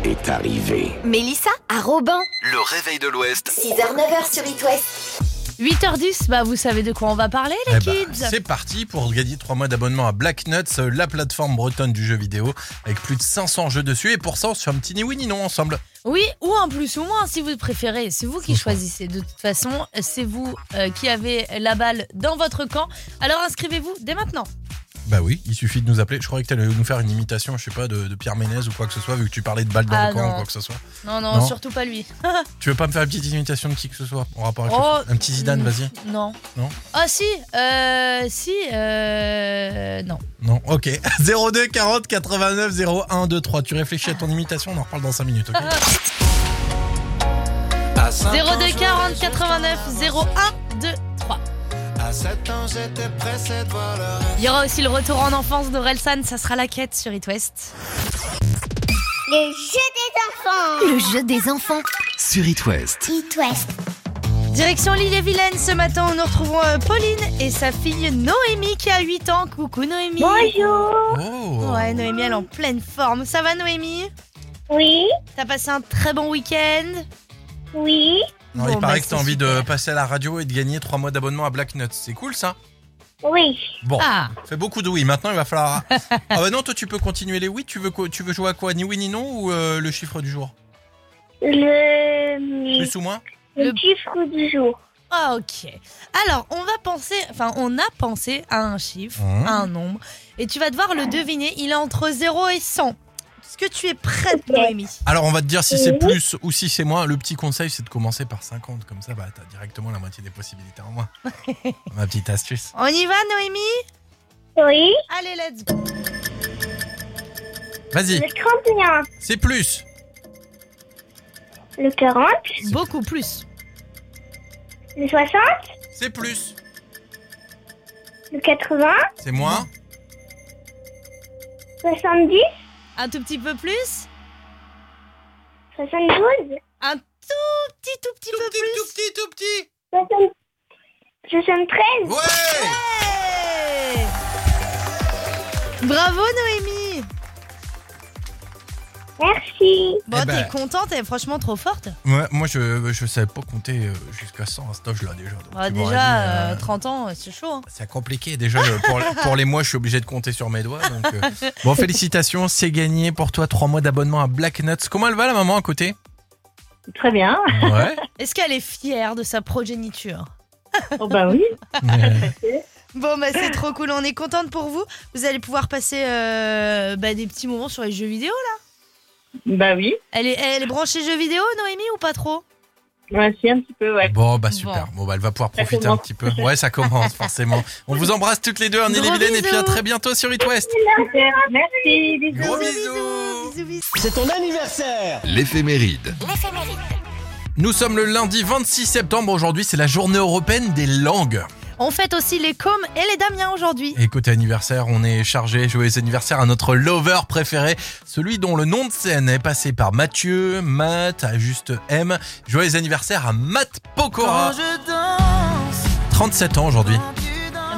S11: est arrivé.
S5: Mélissa à Robin.
S3: Le réveil de l'Ouest.
S5: 6h, 9h sur It West.
S2: 8h10, bah vous savez de quoi on va parler, les
S1: Eh ben,
S2: kids.
S1: c'est parti pour gagner 3 mois d'abonnement à Black Nuts, euh, la plateforme bretonne du jeu vidéo, avec plus de 500 jeux dessus. Et pour ça, on se fait un petit ni oui ni non ensemble.
S2: Oui, ou en plus ou moins, si vous préférez. C'est vous qui
S1: Franchement.
S2: choisissez. De toute façon, c'est vous euh, qui avez la balle dans votre camp. Alors inscrivez-vous dès maintenant.
S1: Bah oui, il suffit de nous appeler. Je croyais que t'allais nous faire une imitation, je sais pas, de, de Pierre Ménez ou quoi que ce soit, vu que tu parlais de balles dans
S2: Ah
S1: le camp
S2: non.
S1: ou quoi que ce soit.
S2: Non, non,
S1: Non.
S2: surtout pas lui.
S1: Tu veux pas me faire une petite imitation de qui que ce soit en rapport avec
S2: Oh,
S1: le- Un petit Zidane,
S2: mm.
S1: vas-y.
S2: Non.
S1: Non
S2: Ah si, euh, si, euh, non.
S1: Non, ok. 02 40 89 01 23. Tu réfléchis à ton imitation, on en reparle dans 5 minutes, ok
S2: 02 40 89 01 2 3. Il y aura aussi le retour en enfance d'Orelsan, ça sera la quête sur It West.
S6: Le jeu des enfants.
S5: Le jeu des enfants.
S3: Sur It West.
S6: It West.
S2: Direction l'île et Vilaine, ce matin nous retrouvons euh, Pauline et sa fille Noémie qui a 8 ans. Coucou Noémie
S6: Bonjour.
S1: Oh
S2: Ouais, Noémie elle est en pleine forme. Ça va Noémie
S6: Oui,
S2: T'as passé un très bon week-end
S6: oui,
S1: Non,
S2: Bon,
S1: il paraît
S2: bah,
S1: que t'as
S2: c'est
S1: envie de
S2: super.
S1: passer à la radio et de gagner 3 mois d'abonnement à Black Nuts. C'est cool ça
S6: oui.
S1: Bon,
S2: Ah
S1: fais beaucoup de oui. Maintenant, il va falloir. ah bah non, toi, tu peux continuer les oui. Tu veux, quoi- tu veux jouer à quoi Ni oui ni non ou euh, le chiffre du jour
S6: Le,
S1: Plus ou moins
S6: le
S2: Le-
S6: chiffre du jour.
S2: Ah, ok. Alors, on va penser, enfin, on a pensé à un chiffre,
S1: Mhm.
S2: à un nombre, et tu vas devoir le deviner. Il est entre 0 et 100. Est-ce que tu es prête,
S6: Ok.
S2: Noémie
S1: Alors, on va te dire si c'est
S6: Oui.
S1: plus ou si c'est moins. Le petit conseil, c'est de commencer par 50. Comme ça, bah, t'as directement la moitié des possibilités en moins. Ma petite astuce.
S2: On y va, Noémie
S6: Oui,
S2: Allez, let's go.
S1: Vas-y,
S6: le 31,
S1: c'est plus.
S6: le 40,
S2: Beaucoup plus.
S6: le 60,
S1: C'est plus.
S6: le 80,
S1: C'est moins.
S6: 70,
S2: Un tout petit peu plus
S12: 72
S2: Un tout petit, tout petit peu plus.
S1: Tout petit, tout petit.
S12: 73
S2: Ouais Bravo Noémie
S12: Merci
S2: Bon,
S1: Eh ben.
S2: t'es contente, elle est franchement trop forte.
S1: Ouais, moi, je, je savais pas compter euh, jusqu'à 100 à cet âge-là déjà. donc
S2: Ah,
S1: tu
S2: déjà,
S1: m'aurais dit, euh,
S2: euh, 30 ans, euh, c'est chaud. hein.
S1: C'est compliqué déjà euh, pour, pour les mois, je suis obligé de compter sur mes doigts. donc, euh. Bon, félicitations, c'est gagné pour toi 3 mois d'abonnement à Black Nuts. Comment elle va la maman à côté
S13: Très bien.
S1: Ouais.
S2: Est-ce qu'elle est fière de sa progéniture
S13: Oh bah oui.
S2: Bon, bah c'est trop cool, on est contente pour vous. Vous allez pouvoir passer euh, bah, des petits moments sur les jeux vidéo là.
S13: Bah oui.
S2: Elle est, elle est branchée jeux vidéo, Noémie, ou pas trop
S13: Ouais, si, un petit peu, ouais.
S1: Bon, bah super. Bon, bah elle va pouvoir
S13: Ça
S1: profiter un
S13: commence.
S1: petit peu. Ouais, ça commence forcément. On vous embrasse toutes les deux, Arnie
S13: Gros
S1: et Vilaine, et puis à
S13: bisous.
S1: très bientôt sur It West.
S13: Super, Merci, bisous.
S1: Gros bisous.
S9: C'est ton anniversaire
S1: L'éphéméride. Nous sommes le lundi 26 septembre. Aujourd'hui, c'est la journée européenne des langues.
S2: On fête aussi les coms et les Damiens aujourd'hui.
S1: Et côté anniversaire, on est chargé. Joyeux anniversaire à notre lover préféré, celui dont le nom de scène est passé par Mathieu, Matt, à juste M. Joyeux anniversaire à Matt Pokora. 37 ans aujourd'hui.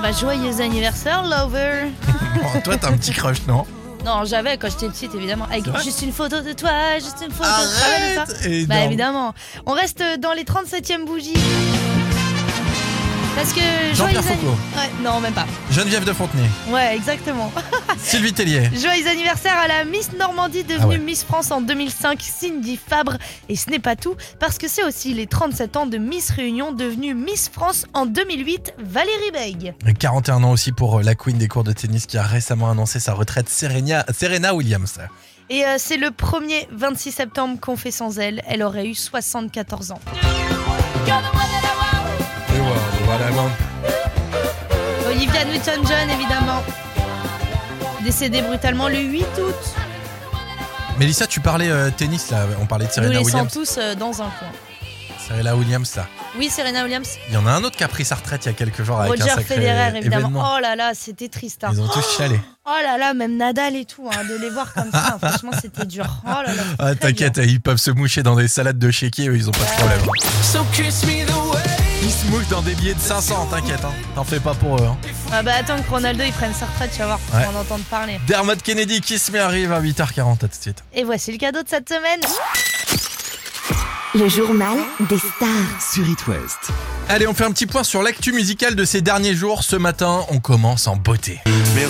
S2: Bah, joyeux anniversaire, lover.
S1: Bon, Oh, toi, t'as un petit crush, non
S2: Non, j'avais quand j'étais petite, évidemment. Avec
S1: C'est vrai
S2: juste une photo de toi, juste une photo de toi.
S1: Arrête
S2: comme ça.
S1: Énorme.
S2: Bah, évidemment. On reste dans les 37e bougies. Parce que.
S1: Jean-Pierre
S2: joyeux anni-
S1: Foucault.
S2: Ouais, non, même pas.
S1: Geneviève de Fontenay,
S2: Ouais, exactement.
S1: Sylvie Tellier.
S2: Joyeux anniversaire à la Miss Normandie devenue
S1: Ah ouais.
S2: Miss France en 2005, Cindy Fabre. Et ce n'est pas tout, parce que c'est aussi les 37 ans de Miss Réunion devenue Miss France en 2008, Valérie Beg.
S1: Et 41 ans aussi pour euh, la queen des cours de tennis qui a récemment annoncé sa retraite, Serena, Serena Williams.
S2: Et euh, c'est le 1er 26 septembre qu'on fait sans elle. Elle aurait eu 74 ans. Olivia Newton-John, évidemment. Décédée brutalement le 8 août.
S1: Mélissa, tu parlais euh, tennis là, on parlait de
S2: Nous
S1: Serena
S2: les sent
S1: Williams.
S2: tous euh, dans un coin.
S1: Serena Williams là.
S2: Oui, Serena Williams.
S1: Il y en a un autre qui a pris sa retraite il y a quelques jours avec un
S2: Roger
S1: sacré
S2: Federer, évidemment.
S1: événement.
S2: Oh là là, c'était triste. hein.
S1: Ils ont tous chialé.
S2: Oh là là, même Nadal et tout, hein, de les voir comme ça, hein, franchement, c'était dur. Oh là là.
S1: Ah, t'inquiète, ils peuvent se moucher dans des salades de chéquier, eux, ils ont pas de problème. Ils se mouchent dans des billets de 500, t'inquiète, hein. t'en fais pas pour eux. hein.
S2: Ah bah attends que Ronaldo il prenne sa retraite, tu vas voir,
S1: Ouais.
S2: on en entendre parler.
S1: Dermot Kennedy qui se met arrive à 8h40, à tout de suite.
S2: Et voici le cadeau de cette semaine.
S5: Le journal des stars.
S1: Sur It West. Allez, on fait un petit point sur l'actu musicale de ces derniers jours. Ce matin, on commence en beauté. J'aime bien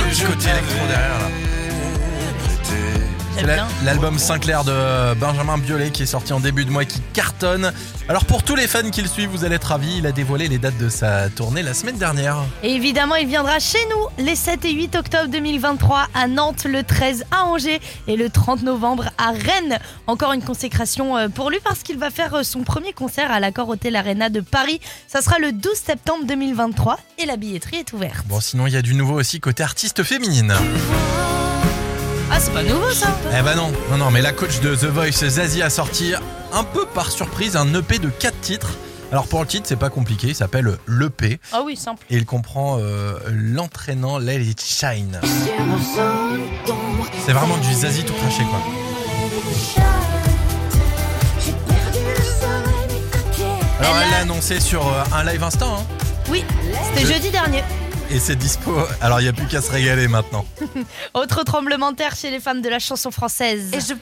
S1: le petit côté électro derrière là. C'est la- l'album Sinclair de Benjamin Biolay qui est sorti en début de mois et qui cartonne. Alors pour tous les fans qui le suivent, vous allez être ravis, il a dévoilé les dates de sa tournée la semaine dernière.
S2: Et évidemment, il viendra chez nous les 7 et 8 octobre 2023 à Nantes, le 13 à Angers et le 30 novembre à Rennes. Encore une consécration euh, pour lui parce qu'il va faire euh, son premier concert à l'Accor Hotel Arena de Paris. Ça sera le 12 septembre 2023 et la billetterie est ouverte.
S1: Bon sinon il y a du nouveau aussi côté artiste féminine.
S2: Ah, c'est pas nouveau ça
S1: Eh ben non, non, non, mais la coach de The Voice, Zazie, a sorti un peu par surprise un EP de 4 titres. Alors pour le titre, c'est pas compliqué, il s'appelle L'EP
S2: Ah oui, simple.
S1: et il comprend euh, l'entraînant Let It Shine. C'est vraiment du Zazie tout craché quoi. Alors elle l'a annoncé sur euh, un live instant hein,
S2: Oui, c'était
S1: Je-
S2: jeudi dernier.
S1: et c'est dispo. Alors il n'y a plus qu'à se régaler maintenant.
S2: Autre tremblement de terre chez les femmes de la chanson française. Et je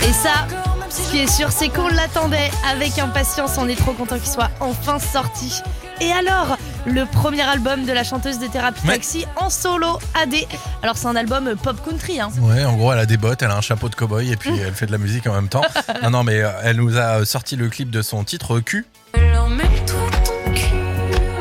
S2: Et ça, ce qui est sûr, c'est qu'on l'attendait avec impatience. On est trop content qu'il soit enfin sorti. Et alors, le premier album de la chanteuse de thérapie
S1: Ouais.
S2: Taxi en solo AD. Alors c'est un album pop country. Hein.
S1: Ouais, en gros, elle a des bottes, elle a un chapeau de cow-boy et puis elle fait de la musique en même temps. Non, non, mais euh, elle nous a sorti le clip de son titre euh, Q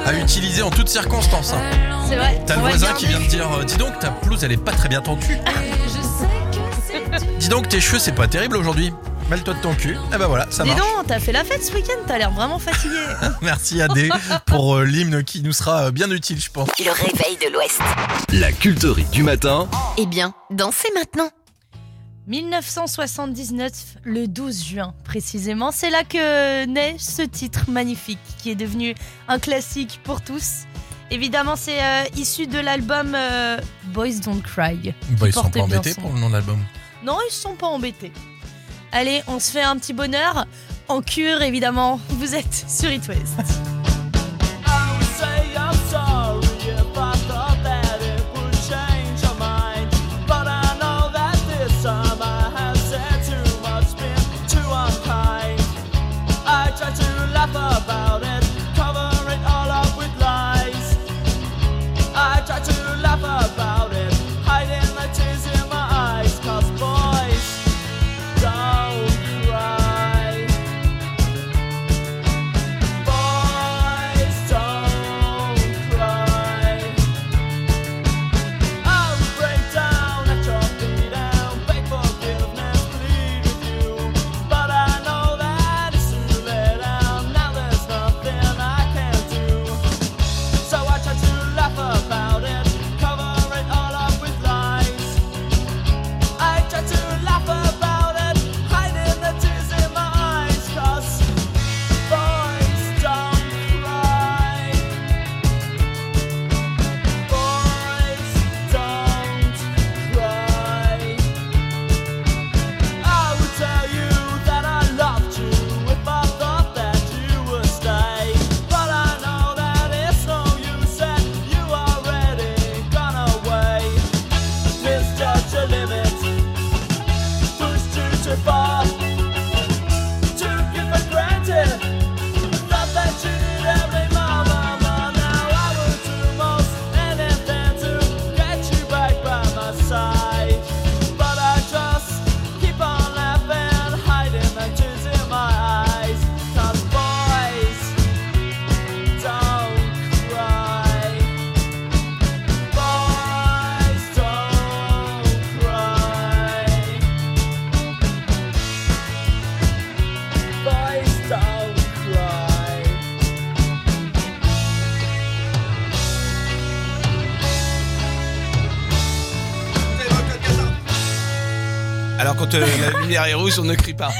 S1: à utiliser en toutes circonstances. hein.
S2: C'est vrai.
S1: T'as le
S2: On va
S1: voisin
S2: garder-
S1: qui vient de dire euh, Dis donc, ta pelouse, elle est pas très bien ton cul.
S2: Eh,
S1: Dis donc, tes cheveux, c'est pas terrible aujourd'hui. Mêle-toi de ton cul. Et ben voilà, ça
S2: Dis
S1: marche.
S2: donc, t'as fait la fête ce week-end, t'as l'air vraiment fatigué.
S1: Merci Adé pour euh, l'hymne qui nous sera euh, bien utile, je pense.
S5: Le réveil de l'Ouest.
S3: La culterie du matin.
S5: Eh bien, dansez maintenant.
S2: 1979, le 12 juin précisément, c'est là que naît ce titre magnifique qui est devenu un classique pour tous. Évidemment, c'est euh, issu de l'album euh, Boys Don't Cry. qui
S1: Bah, ils sont
S2: portait
S1: pas
S2: bien
S1: embêtés
S2: son
S1: pour le nom de l'album.
S2: Non, ils sont pas embêtés. Allez, on se fait un petit bonheur. En cure, évidemment. Vous êtes sur It West.
S9: About it, cover it all up with lies. I try to laugh about it, hiding the tears in my eyes. Cause boys don't cry. Boys don't cry. I will break down at your feet and beg forgiveness, plead with you. But I know that it's too late, and now there's nothing I can do. So I try to laugh about it, cover it all up with lies. I try to laugh about it, hiding the tears in my eyes, cause boys don't cry. Boys don't cry. I would tell you that I loved you if I thought that you would stay. But I know that it's no use and you already gone away. Misjudge your limit, push too too far. Took it for granted, thought that you did every mama. Now I will do most anything to get you back by my side. But I just keep on laughing, hiding the tears in my eyes. 'Cause boys. Don't cry, boys. Don't cry, boys. Don't cry.
S12: Alors quand euh, la lumière est rouge, on ne crie pas.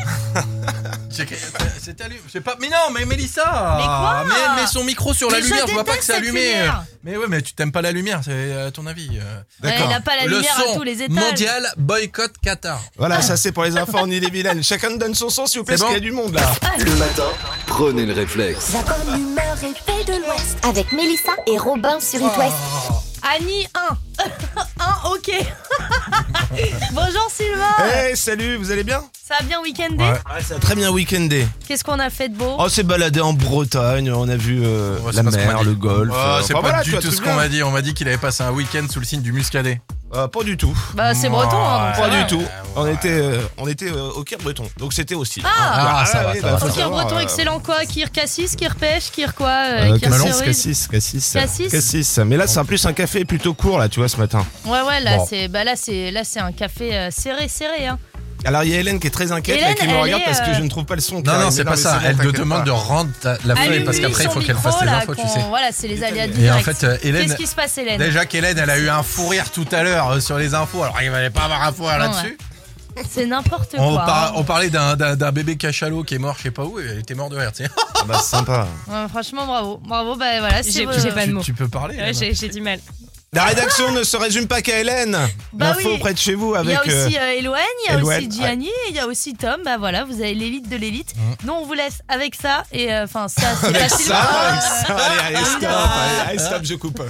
S1: J'ai crié, C'est allumé. Je sais pas. Mais non, mais Mélissa
S12: Mais quoi
S1: mais, mets son micro sur la
S12: Mais je
S1: lumière, je vois pas que
S12: déteste
S1: c'est
S12: cette
S1: allumé.
S12: lumière.
S1: Mais ouais, mais tu t'aimes pas la lumière, c'est à ton avis. euh.
S12: Ouais, D'accord. il a pas la
S1: Le
S12: lumière à
S1: son
S12: tous les étages.
S1: Mondial boycott Qatar.
S12: Voilà, ça c'est pour les enfants ni les vilaines. Chacun donne son son s'il vous plaît,
S1: C'est
S12: parce
S1: bon
S12: qu'il y a du monde là.
S3: Le matin, prenez le réflexe.
S5: La bonne humeur est faite de l'Ouest avec Mélissa et Robin sur It West.
S2: Annie 1. 1, ok. Bonjour Sylvain.
S1: Eh.
S12: Hey, Eh, salut, vous allez bien
S2: Ça a bien week-endé
S12: ça a très bien weekendé.
S2: Qu'est-ce qu'on a fait de beau
S12: On s'est Oh, baladé en Bretagne, on a vu euh, la mer, le golfe.
S1: Ah,
S12: euh,
S1: c'est
S12: enfin,
S1: pas
S12: voilà, tu
S1: du
S12: vois,
S1: tout ce
S12: truc
S1: qu'on
S12: bien.
S1: m'a dit. On m'a dit qu'il avait passé un week-end sous le signe du muscadet.
S12: Ah, pas du tout.
S2: Bah, c'est breton, hein, donc ça
S12: Pas
S2: va.
S12: du tout. On était, euh, on était euh, au Caire breton, donc c'était aussi.
S2: Ah,
S1: Ah, ça va,
S12: oui,
S1: ça
S12: bah,
S1: va.
S12: faut
S1: Au
S2: Kir
S12: savoir,
S2: breton,
S12: euh,
S2: excellent quoi Kir cassis, kir pêche, kir quoi euh,
S12: euh,
S2: kir
S12: Cassis, cassis,
S2: cerise.
S12: cassis,
S2: Cassis
S12: cassis. Mais là, c'est en plus un café plutôt court là, tu vois, ce matin.
S2: Ouais, ouais, là,
S12: Bon.
S2: c'est, bah, là, c'est, là, c'est un café euh, serré, serré. Hein.
S12: Alors il y a Hélène qui est très inquiète, là,
S2: Hélène,
S12: qui me
S2: elle
S12: regarde
S2: est,
S12: parce que
S2: euh,
S12: je ne trouve pas le son.
S1: Non, non, c'est pas ça. Elle te demande de rendre ta- la feuille
S2: Allume-lui
S1: parce qu'après, il
S2: son
S1: faut qu'elle
S2: micro,
S1: fasse les
S2: là,
S1: infos, tu
S2: qu'on-
S1: sais.
S2: Voilà, c'est les aléas du
S1: Et en
S2: direct.
S1: fait, euh, Hélène.
S2: Qu'est-ce qui se passe, Hélène
S1: Déjà qu'Hélène, elle a eu un fou rire tout à l'heure euh, sur les infos. Alors, il fallait pas avoir un fou rire
S2: Non,
S1: là-dessus.
S2: ouais. C'est n'importe
S1: On,
S2: quoi.
S1: par-
S2: hein.
S1: on parlait d'un- d'un d'un bébé cachalot qui est mort, je sais pas où, et elle était morte de rire, tu sais.
S12: Ah bah sympa.
S2: Ouais, franchement, bravo. Bravo, bah voilà, c'est
S7: J'ai-
S2: vos-
S7: j'ai pas de
S1: Tu-
S7: mots.
S1: Tu peux parler.
S7: Ouais,
S1: là,
S7: j'ai j'ai du mal.
S12: La rédaction ne se résume pas qu'à Hélène.
S2: Bah
S12: L'info
S2: oui.
S12: près de chez vous
S2: Il y
S12: avec.
S2: a aussi
S12: euh,
S2: euh, Eloane, il y a
S12: Eloane,
S2: aussi Gianni, et il y a aussi Tom. Bah voilà, vous avez l'élite de l'élite.
S12: Mm.
S2: Nous, on vous laisse avec ça. Et euh, enfin, ça, c'est
S12: avec
S2: facile. Ah,
S7: Bah, euh,
S12: ça, avec ça. Allez, allez, stop, allez, allez, stop, je coupe.